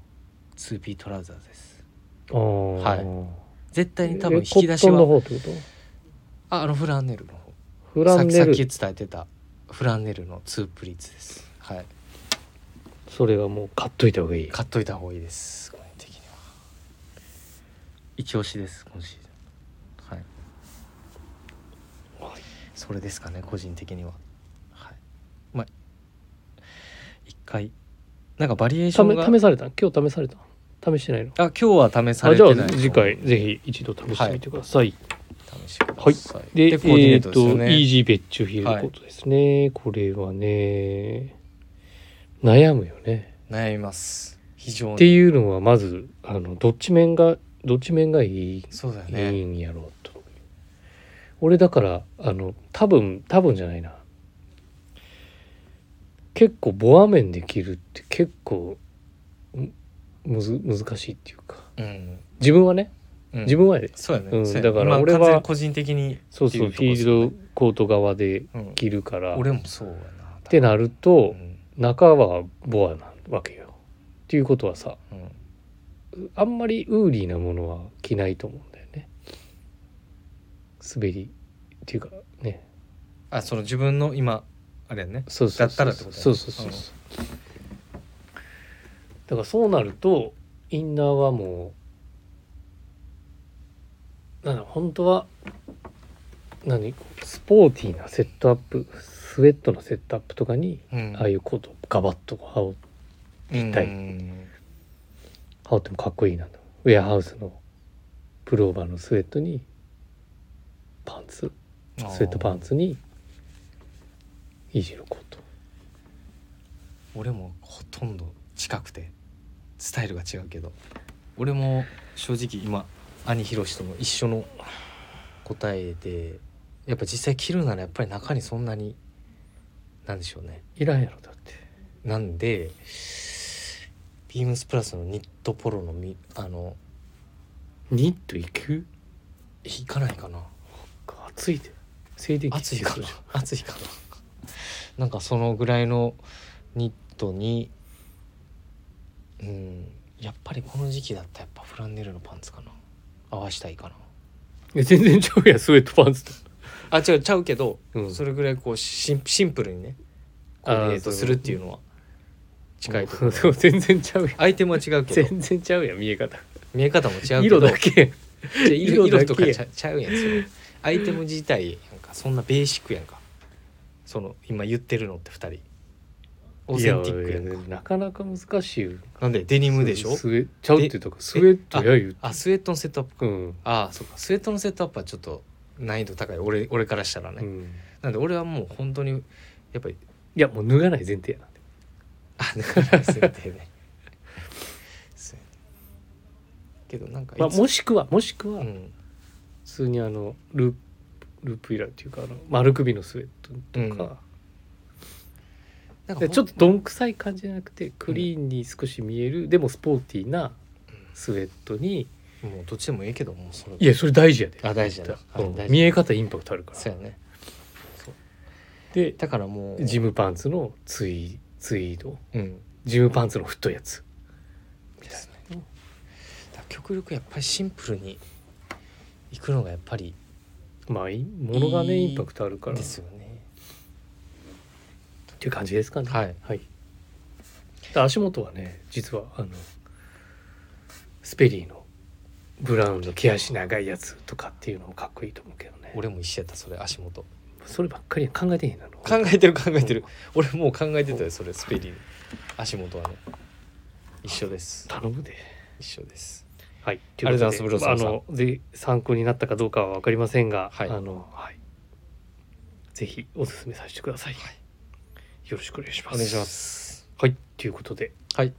2P トラウザーです
ああ。
はい絶対に多分
え
引き出し
コットンの
は
方ってこと
ああのフランネルの方
フランネ
さっ
ル
きさっき伝えてたフランネルのツープリーツですはい
それはもう買っといた方がいい
買っといた方がいいです個人的には一押しです今シーズンはい、
はい
それですかね個人的にははいまあ一回なんかバリエーションが
試試された今日試された試してないの
あ今日は試さ
あ
れ
じゃ
て
あ
ない
次回ぜひ一度試してみてください、
試してください、
で
コーディネ
え
ー
っ、
トですよ
と
ね
イージーベッチュフィールドコートですね、これはね悩むよね
悩みます非常
って
に
いうのはまずあのどっち面がどっち面がいい
そうだよ
いい
ね
んやろうと俺だからあの多分多分じゃないな結構ボア面で着るって結構むむず難しいっていうか
うん、
自分はね
うん、
自分はね
そうやね、
うん
そうやね
だから
今
俺は
完全に個人的に
そうそう
っ
フ
てい
ィ
うとこ
ールドコート側で
うん
着るから、っ
俺もそうやなって
なると
うん
中はボアなわけよ。っていうことはさ
うん
あんまりウーリーなものは着ないと思うんだよね。滑りっていうかね
あその自分の今あれやね
そうそうそう
だったらってことね
そうそうそうそうだからそうなるとインナーはもうなんだ本当は何スポーティーなセットアップスウェットのセットアップとかに
うん
ああいうコートをガバッと羽織
うん
たい羽織ってもかっこいいなとウェアハウスのプローバーのスウェットにパンツスウェットパンツにイージーのコート
俺もほとんど近くてスタイルが違うけど俺も正直今兄ひろしとも一緒の答えでやっぱ実際着るならやっぱり中にそんなになんでしょうね
いらんやろだって
なんでビームスプラスのニットポロのみあの
ニットいく
引かないかな
暑いで静電気
暑いかな暑いかななんかそのぐらいのニットにうんやっぱりこの時期だったらやっぱフランネルのパンツかな合わしたいかな
え全然ちゃうやんスウェットパンツと、
あ違うちゃうけど、
うん
それぐらいこうシンシンプルにねコ
あー
ーディネートするっていうのは近いところ
そう全然ちゃうやん
アイテムは違うけど
全然ちゃうやん見え方
見え方も違うけど
色だけ
じゃあ色
色
色
だけ
とかちゃちゃうやんそれアイテム自体なんかそんなベーシックやんかその今言ってるのって2人オーセンティックやん
い
か
やなかなか難しいよ
なんでデニムでしょ
スウェちゃうって言ったからスウェットや言う
あスウェットのセットアップ
うん、
ああそうかスウェットのセットアップはちょっと難易度高い俺俺からしたらね、
うん、
なんで俺はもう本当にやっぱり
いやもう脱がない前提やな
あだからスウェットやね そうやねけどなんか
まあ、
いつ
もしくはもしくは、
う
普
ん
通にあのループループイラーっていうかあの丸首のスウェットとか,、
なんか
で
ほん
ちょっとどんくさい感じじゃなくてクリーンに少し見える、でもスポーティーなスウェットに
もうどっちでもいいけどもうそれ
いやそれ大事やで
あ大事だなあ
うん
大事
見え方インパクトあるから
そうやねそう
で
だからもう
ジムパンツのツイツイード
うん
ジムパンツの太いやつ
ですねだから極力やっぱりシンプルに行くのがやっぱり
まあいいものがね
いい
インパクトあるからっ
ですよね
ていう感じですかね
はい
はいで足元はね実はあのスペリーのブラウンの毛足長いやつとかっていうのもかっこいいと思うけどね
俺も一緒やったそれ足元
そればっかりや考えてへんなの
考えてる考えてる俺もう考えてたよそれスペリーの足元はね一緒です
頼むで
一緒です
はい、
りがとうございますブロ
と
ッ
い
サ
うこと
ム
で
さん
あのぜ参考になったかどうかは分かりませんが、
はい
あのはい、ぜひお勧めさせてください。よろしくお願いします。
お願いしま。す
はい、ということで
はい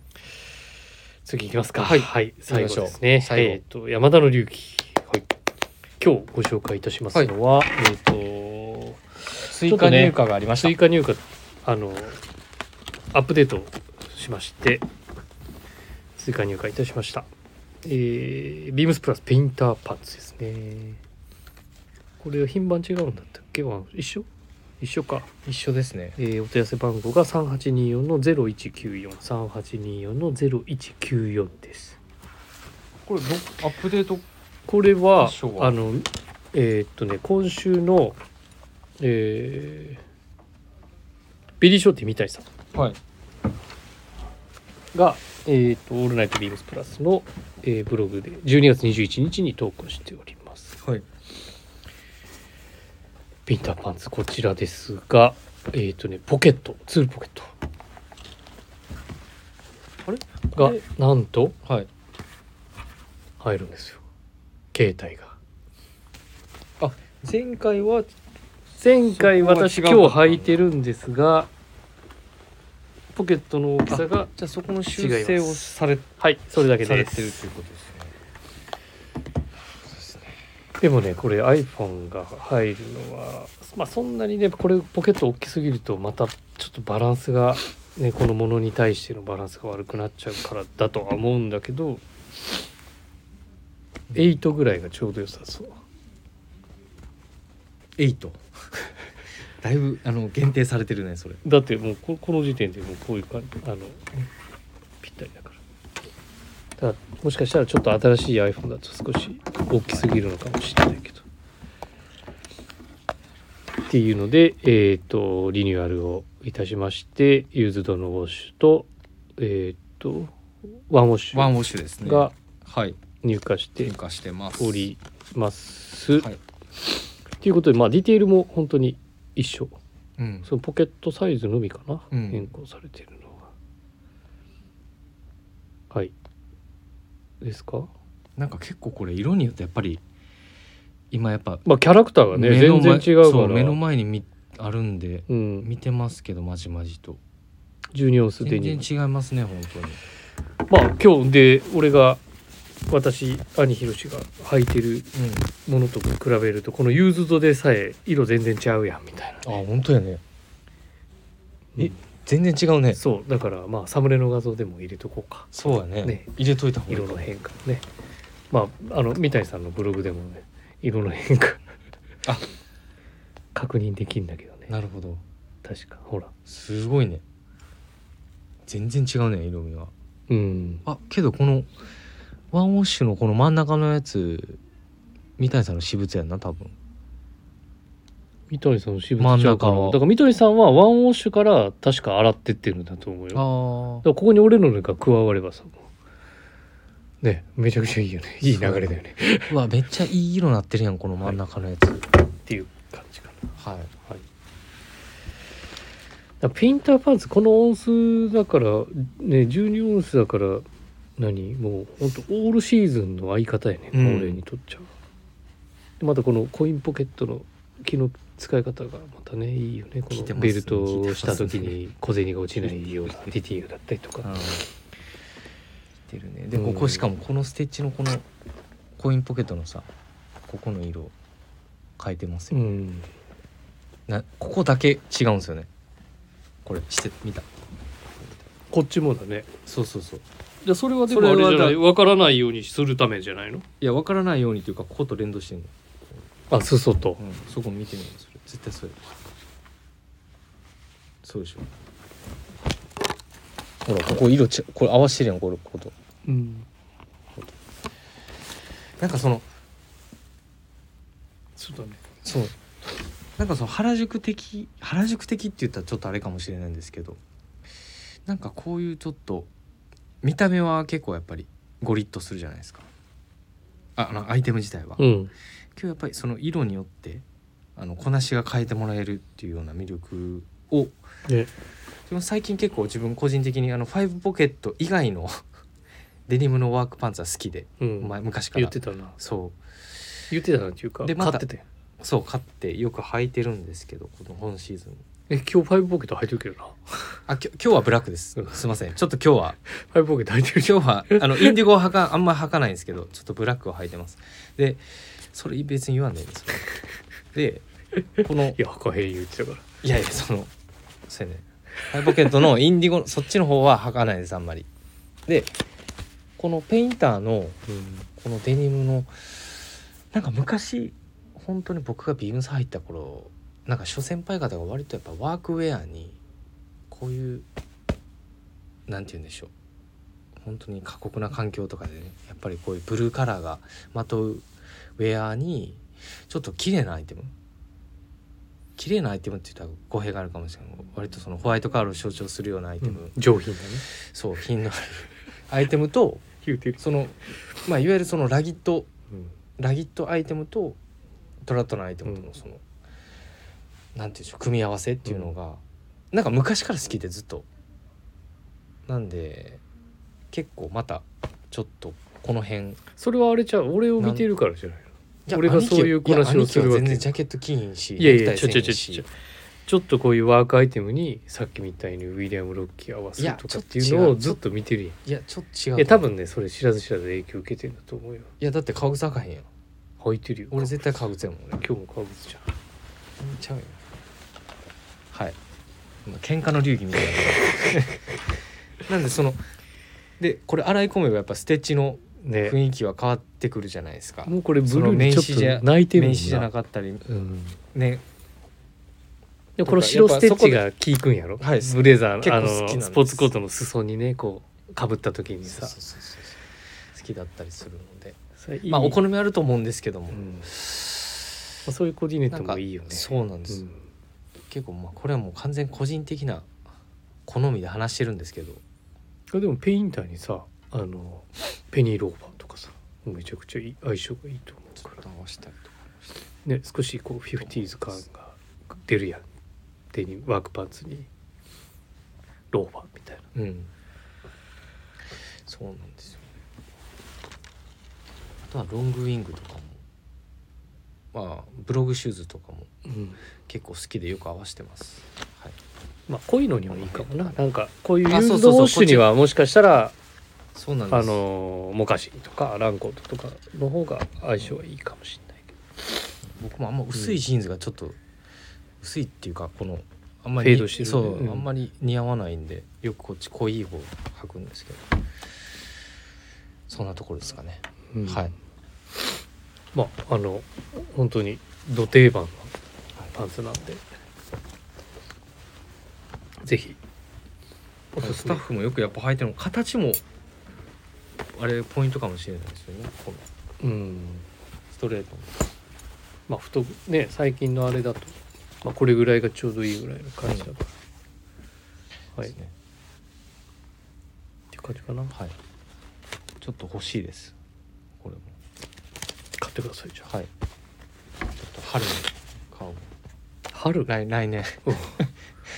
次いきますか。
はい
最後です
行き
ね
ま。しょう最後
えっ、と山田の隆起、はい、今日ご紹介いたしますのは、えっ、と
追加入荷がありました
追加入荷あのアップデートしまして追加入荷いたしましたえー、ビームスプラスペインターパンツですねこれは品番違うんだったっけあ一緒一緒か、
一緒ですね
えーお問い合わせ番号が3824の01943824の0194です
これどアップデート
これは
一緒は
あのえーっとね今週のえービリー・ショーティー三谷さん
はい
が、えーと「オールナイトビームスプラスの」えーブログで12月21日に投稿しております。
はい
ピンターパンツこちらですが、えっ、とねポケットツールポケット
あれ
が
これ
なんと
はい
入るんですよ携帯が
前回は
前回
そ
私
こは違う
今
の
日
かな
履いてるんですがポケットの大きさが
じゃあそこの修正
違いま
を
す
され
はいそれだけ
され
で
てるって
す
いうことですねそうですね
でもねこれ iPhone が入るのはまあそんなにねこれポケット大きすぎるとまたちょっとバランスがねこのものに対してのバランスが悪くなっちゃうからだとは思うんだけど8ぐらいがちょうど良さそう
8だいぶあの限定されてるねそれ
だってもうここの時点でもうこういう感じあのぴったりだからだからもしかしたらちょっと新しい iPhone だと少し大きすぎるのかもしれないけどっていうのでえっ、とリニューアルをいたしましてユーズドのウォッシュとえっ、とワンウォッシ
ワンウォ
ュ
ッシュですね
が
はい
入荷して
変化してます
おります。
はい
ということでまあディテールも本当に一緒
うん
そのポケットサイズのみかな、
うん
変更されているのははいですか
なんか結構これ色によってやっぱり今やっぱ
まあキャラクターがね
目の
全
前
然違うか
そ
ら
目の前にみあるんで
うん
見てますけどまじまじと
12オンスデ
全
ニ
然
ム
違いますね本当に
まあ今日で俺が私兄ひろしが履いてるものと比べるとこのユーズドでさえ色全然違うやんみたいな
うん
ね、
あ本当やねえ
うん
全然違うね
そうだからまあサムネの画像でも入れとこうか
そうやね
ね
入れといた方がいい
色の変化ねまああの三谷さんのブログでもね色の変化
あ
確認できんだけどね
なるほど
確かほら
すごいね全然違うね色味が
うん
あけどこのワンウォッシュのこの真ん中のやつ三谷さんの私物やんな多分
三谷さんの私
真
物
ん
ちゃうか
中
な
は
だから三谷さんはワンウォッシュから確か洗ってってるんだと思うよだか
あ
らここに俺のが加わればさもうねめちゃくちゃいいよねいい流れだよね
うわめっちゃいい色なってるやんこの真ん中のやつ
っていう感じかな
はい、
はい、だペインターパンツこのオンスだからね12オンスだから何もうほんとオールシーズンの相方やね、
うん
俺にとっちゃでまたこのコインポケットの木の使い方がまたねいいよねこ
聞いて
の
ます
ベルトをし
聞
た
いてます
時に小銭が落ちないようなディティールだったりとか
てるねでこ
う
こ
ん
しかもこのステッチのこのコインポケットのさここの色変えてます
う
よ、
ん
なここだけ違うんですよねこれしてみた
こっちもだね
そうそうそう
じゃそれは
で
で
も
もあれ
あれ
じ
じゃな
ゃないい分からないようにするためじゃないの
いや分からないようにというかここと連動してるの、
あ裾と
うん、そこ見てみるそれ絶対それそうでしょほらここ色ちこれ合わせてるやんこれここと
うん
なんかその
そうだね
そうなんかその原宿的原宿的って言ったらちょっとあれかもしれないんですけどなんかこういうちょっと見た目は結構やっぱりゴリッとするじゃないですかああのアイテム自体は、
うん
今日やっぱりその色によってあのこなしが変えてもらえるっていうような魅力を
ね
でも最近結構自分個人的にあのファイブポケット以外の デニムのワークパンツは好きで、
うん
前昔から
言ってたな
そ
言ってたなっていうか
でまた
買ってたよ
うそう買ってよく履いてるんですけどこの本シーズン
え今日ファイブポケット履いてるけどな フ
あきょ今日はブラックです
うん
すいませんちょっと今日 は
ァイブポケット履いてる
今日はあのインディゴは履かあんま履かないんですけどちょっとブラックを履いてますでそれ別に言わんでいいんですよでこの
いや履かへん 言ってたから
いやいやそのそうやねハイポケットのインディゴのそっちの方は履かないですあんまりでこのペインターのこのデニムのなんか昔本当に僕がビームス入った頃なんか諸先輩方が割とやっぱワークウェアにこういうなんて言うんでしょう本当に過酷な環境とかでねやっぱりこういうブルーカラーがまとうウェアにちょっと綺麗なアイテム綺麗なアイテムって言ったら語弊があるかもしれない割とそのホワイトカラーを象徴するようなアイテム、
上品だね
そう品のある アイテムと
言うてる
そのまあいわゆるそのラギット
うん
ラギットアイテムとトラットのアイテムと
う
の
ん
その、なんていうんでしょう組み合わせっていうのが、なんか昔から好きでずっとなんで結構またちょっとこの辺
それはあれちゃう俺を見ているからじゃない
いや
俺がそういうこなしを
兄貴
するわけ
いや兄貴は全然ジャケット着ひんし
いやい
ネ
や
クタ
ちょ
イ
ち
せ
ょ
ん
ちょ
し
ちょちょっとこういうワークアイテムにさっきみたいにウィリアム・ロッキー合わせるとかっていう
いやちょっと
の
違
を
う
ずっと見てるやん
いやちょっと違う
いや多分ねそれ知らず知らず影響受けてるんだと思うよ
いやだって革靴あかへんやん
履いてるよ
俺絶対革靴やもん
今日も革靴じゃん
俺ちゃうよはいまあ喧嘩の流儀みたい ななんでそのでこれ洗い込めばやっぱステッチの
ね
雰囲気は変わってくるじゃないですか
もうこれブ
そ
ル
の
ー
名
に
刺
ち
じ
ょ
ゃ
っと泣いて
名
るもん
刺
な
じゃなかったり
うん
ね
でもこの白ステッチが効くんやろ
はい
ブレザー
結構好
のあ
きなんです
のスポーツコートの裾にねこうかぶった時に
そうそ
さ
うそうそう好きだったりするので
それいい
まあお好みあると思うんですけども、
うんまあそういうコーディネー
な
ト
んか
もいいよね
そうなんです、
うん
結構まあこれはもう完全個人的な好みで話してるんですけど
いやでもペインターにさあのペニーローバーとかさめちゃくちゃいい相性がいいと思う
ちょ
か
っと合わせたりとから
ね少しこうフィフティーズ感が出るやん手にワークパンツにローバーみたいな
うんそうなんですよねあとはロングウィングとかもまあブログシューズとかも
うん
結構好きでよく合わせてますはい
まあこういうのにもいいかもななんかこういうユ
あそうそ
ー
う
ドウ
そう
ォッシュにはもしかしたら
そうなんです
あのモカシンとかランコートとかの方が相性はいいかもしれないけど
僕もあんま薄
うん
いジーンズがちょっと薄いっていうかこのあんまり
フェードしてるね
そう、
うん
あんまり似合わないんでよくこっち濃い方履くんですけどそんなところですかね、
うん
はい
まああの本当にど定番のパンツなんで、ぜひ
あとスタッフもよくやっぱ履いてるの形もあれポイントかもしれないですよねこの
うん
ストレートの
まあふとね最近のあれだと、まあ、これぐらいがちょうどいいぐらいの感じだから、はい
で
っ
すね
ていう感じかな
はいちょっと欲しいですこれも
買ってくださいじゃあ
はいちょっと春に買おう
春
来来年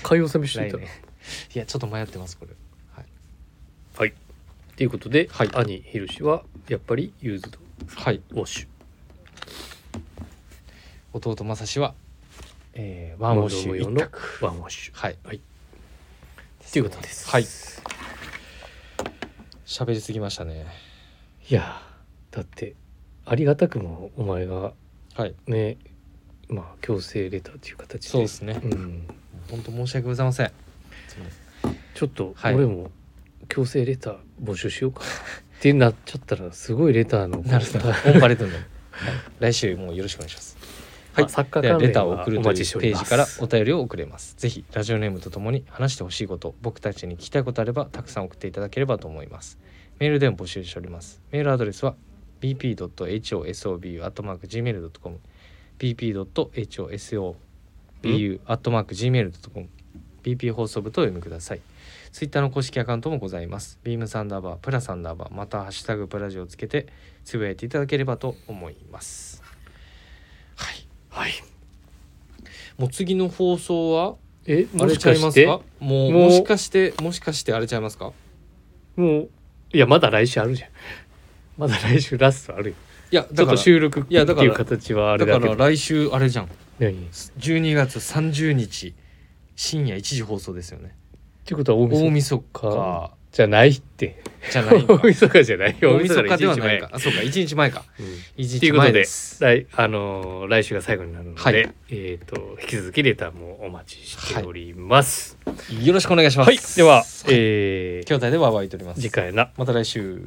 買い納めしてい
来
た
年いやちょっと迷ってますこれはい
はいということで、
はい
兄ひろしはやっぱりユーズ
はい
ドウォッシュ
弟正志は、えー、ワンウォッシュ一
の
択
ワンウォッシュ
はい
はいということです
はい喋りすぎましたね
いやーだってありがたくもお前が
はい
ねまあ強制レターという形で
そうですね
うん、
本当申し訳ございませんすいません
ちょっと
はい
俺も強制レター募集しようかなってなっちゃったらすごいレターの
なるほ どオンパレードになる、はい、来週もよろしくお願いします
は、
はいい
サッカー
では
関連
レター
は
を送る
お
という
待
ペ
ちしており
ー
ま
ジ
す
からお便りを送れますぜひラジオネームとともに話してほしいこと僕たちに聞きたいことあればたくさん送っていただければと思いますメールでも募集しておりますメールアドレスは bp.hosobu.gmail.com bp.hosobu.gmail.com bp 放送部とお読みくださいツイッターの公式アカウントもございますビームサンダーバープラサンダーバーまたはハッシュタグプラジオをつけてつぶやいていただければと思いますはい
はい
もう次の放送は
え
あ
も
れ
し
ちゃ
か
いま
し
す
て
かもう
もう
もしかしてもしかしてあれちゃいますか
もういやまだ来週あるじゃんまだ来週ラストあるよ
いや
ち
だ
ょっ
か
と
ら
収録って
いやだか
い
ら
う形はあれ
だ
だ
か
け
ら
ど
来週あれじゃん
何っ
12月30日深夜1時放送ですよね
てことは大
大
晦日
晦日
じゃないって
じゃないんか
大 晦日じゃないよ
大晦日では
一日
な
前
いかあそうか1日前か
うん
1
とい
日
うこと
前
で
です
来,、あのー来週が最後になるので、
はい
えー、と引き続きレターもお待ちしております。
よろしくお願いしま
は
す
い、では、えー
兄弟ではバイとります
次回な
また来週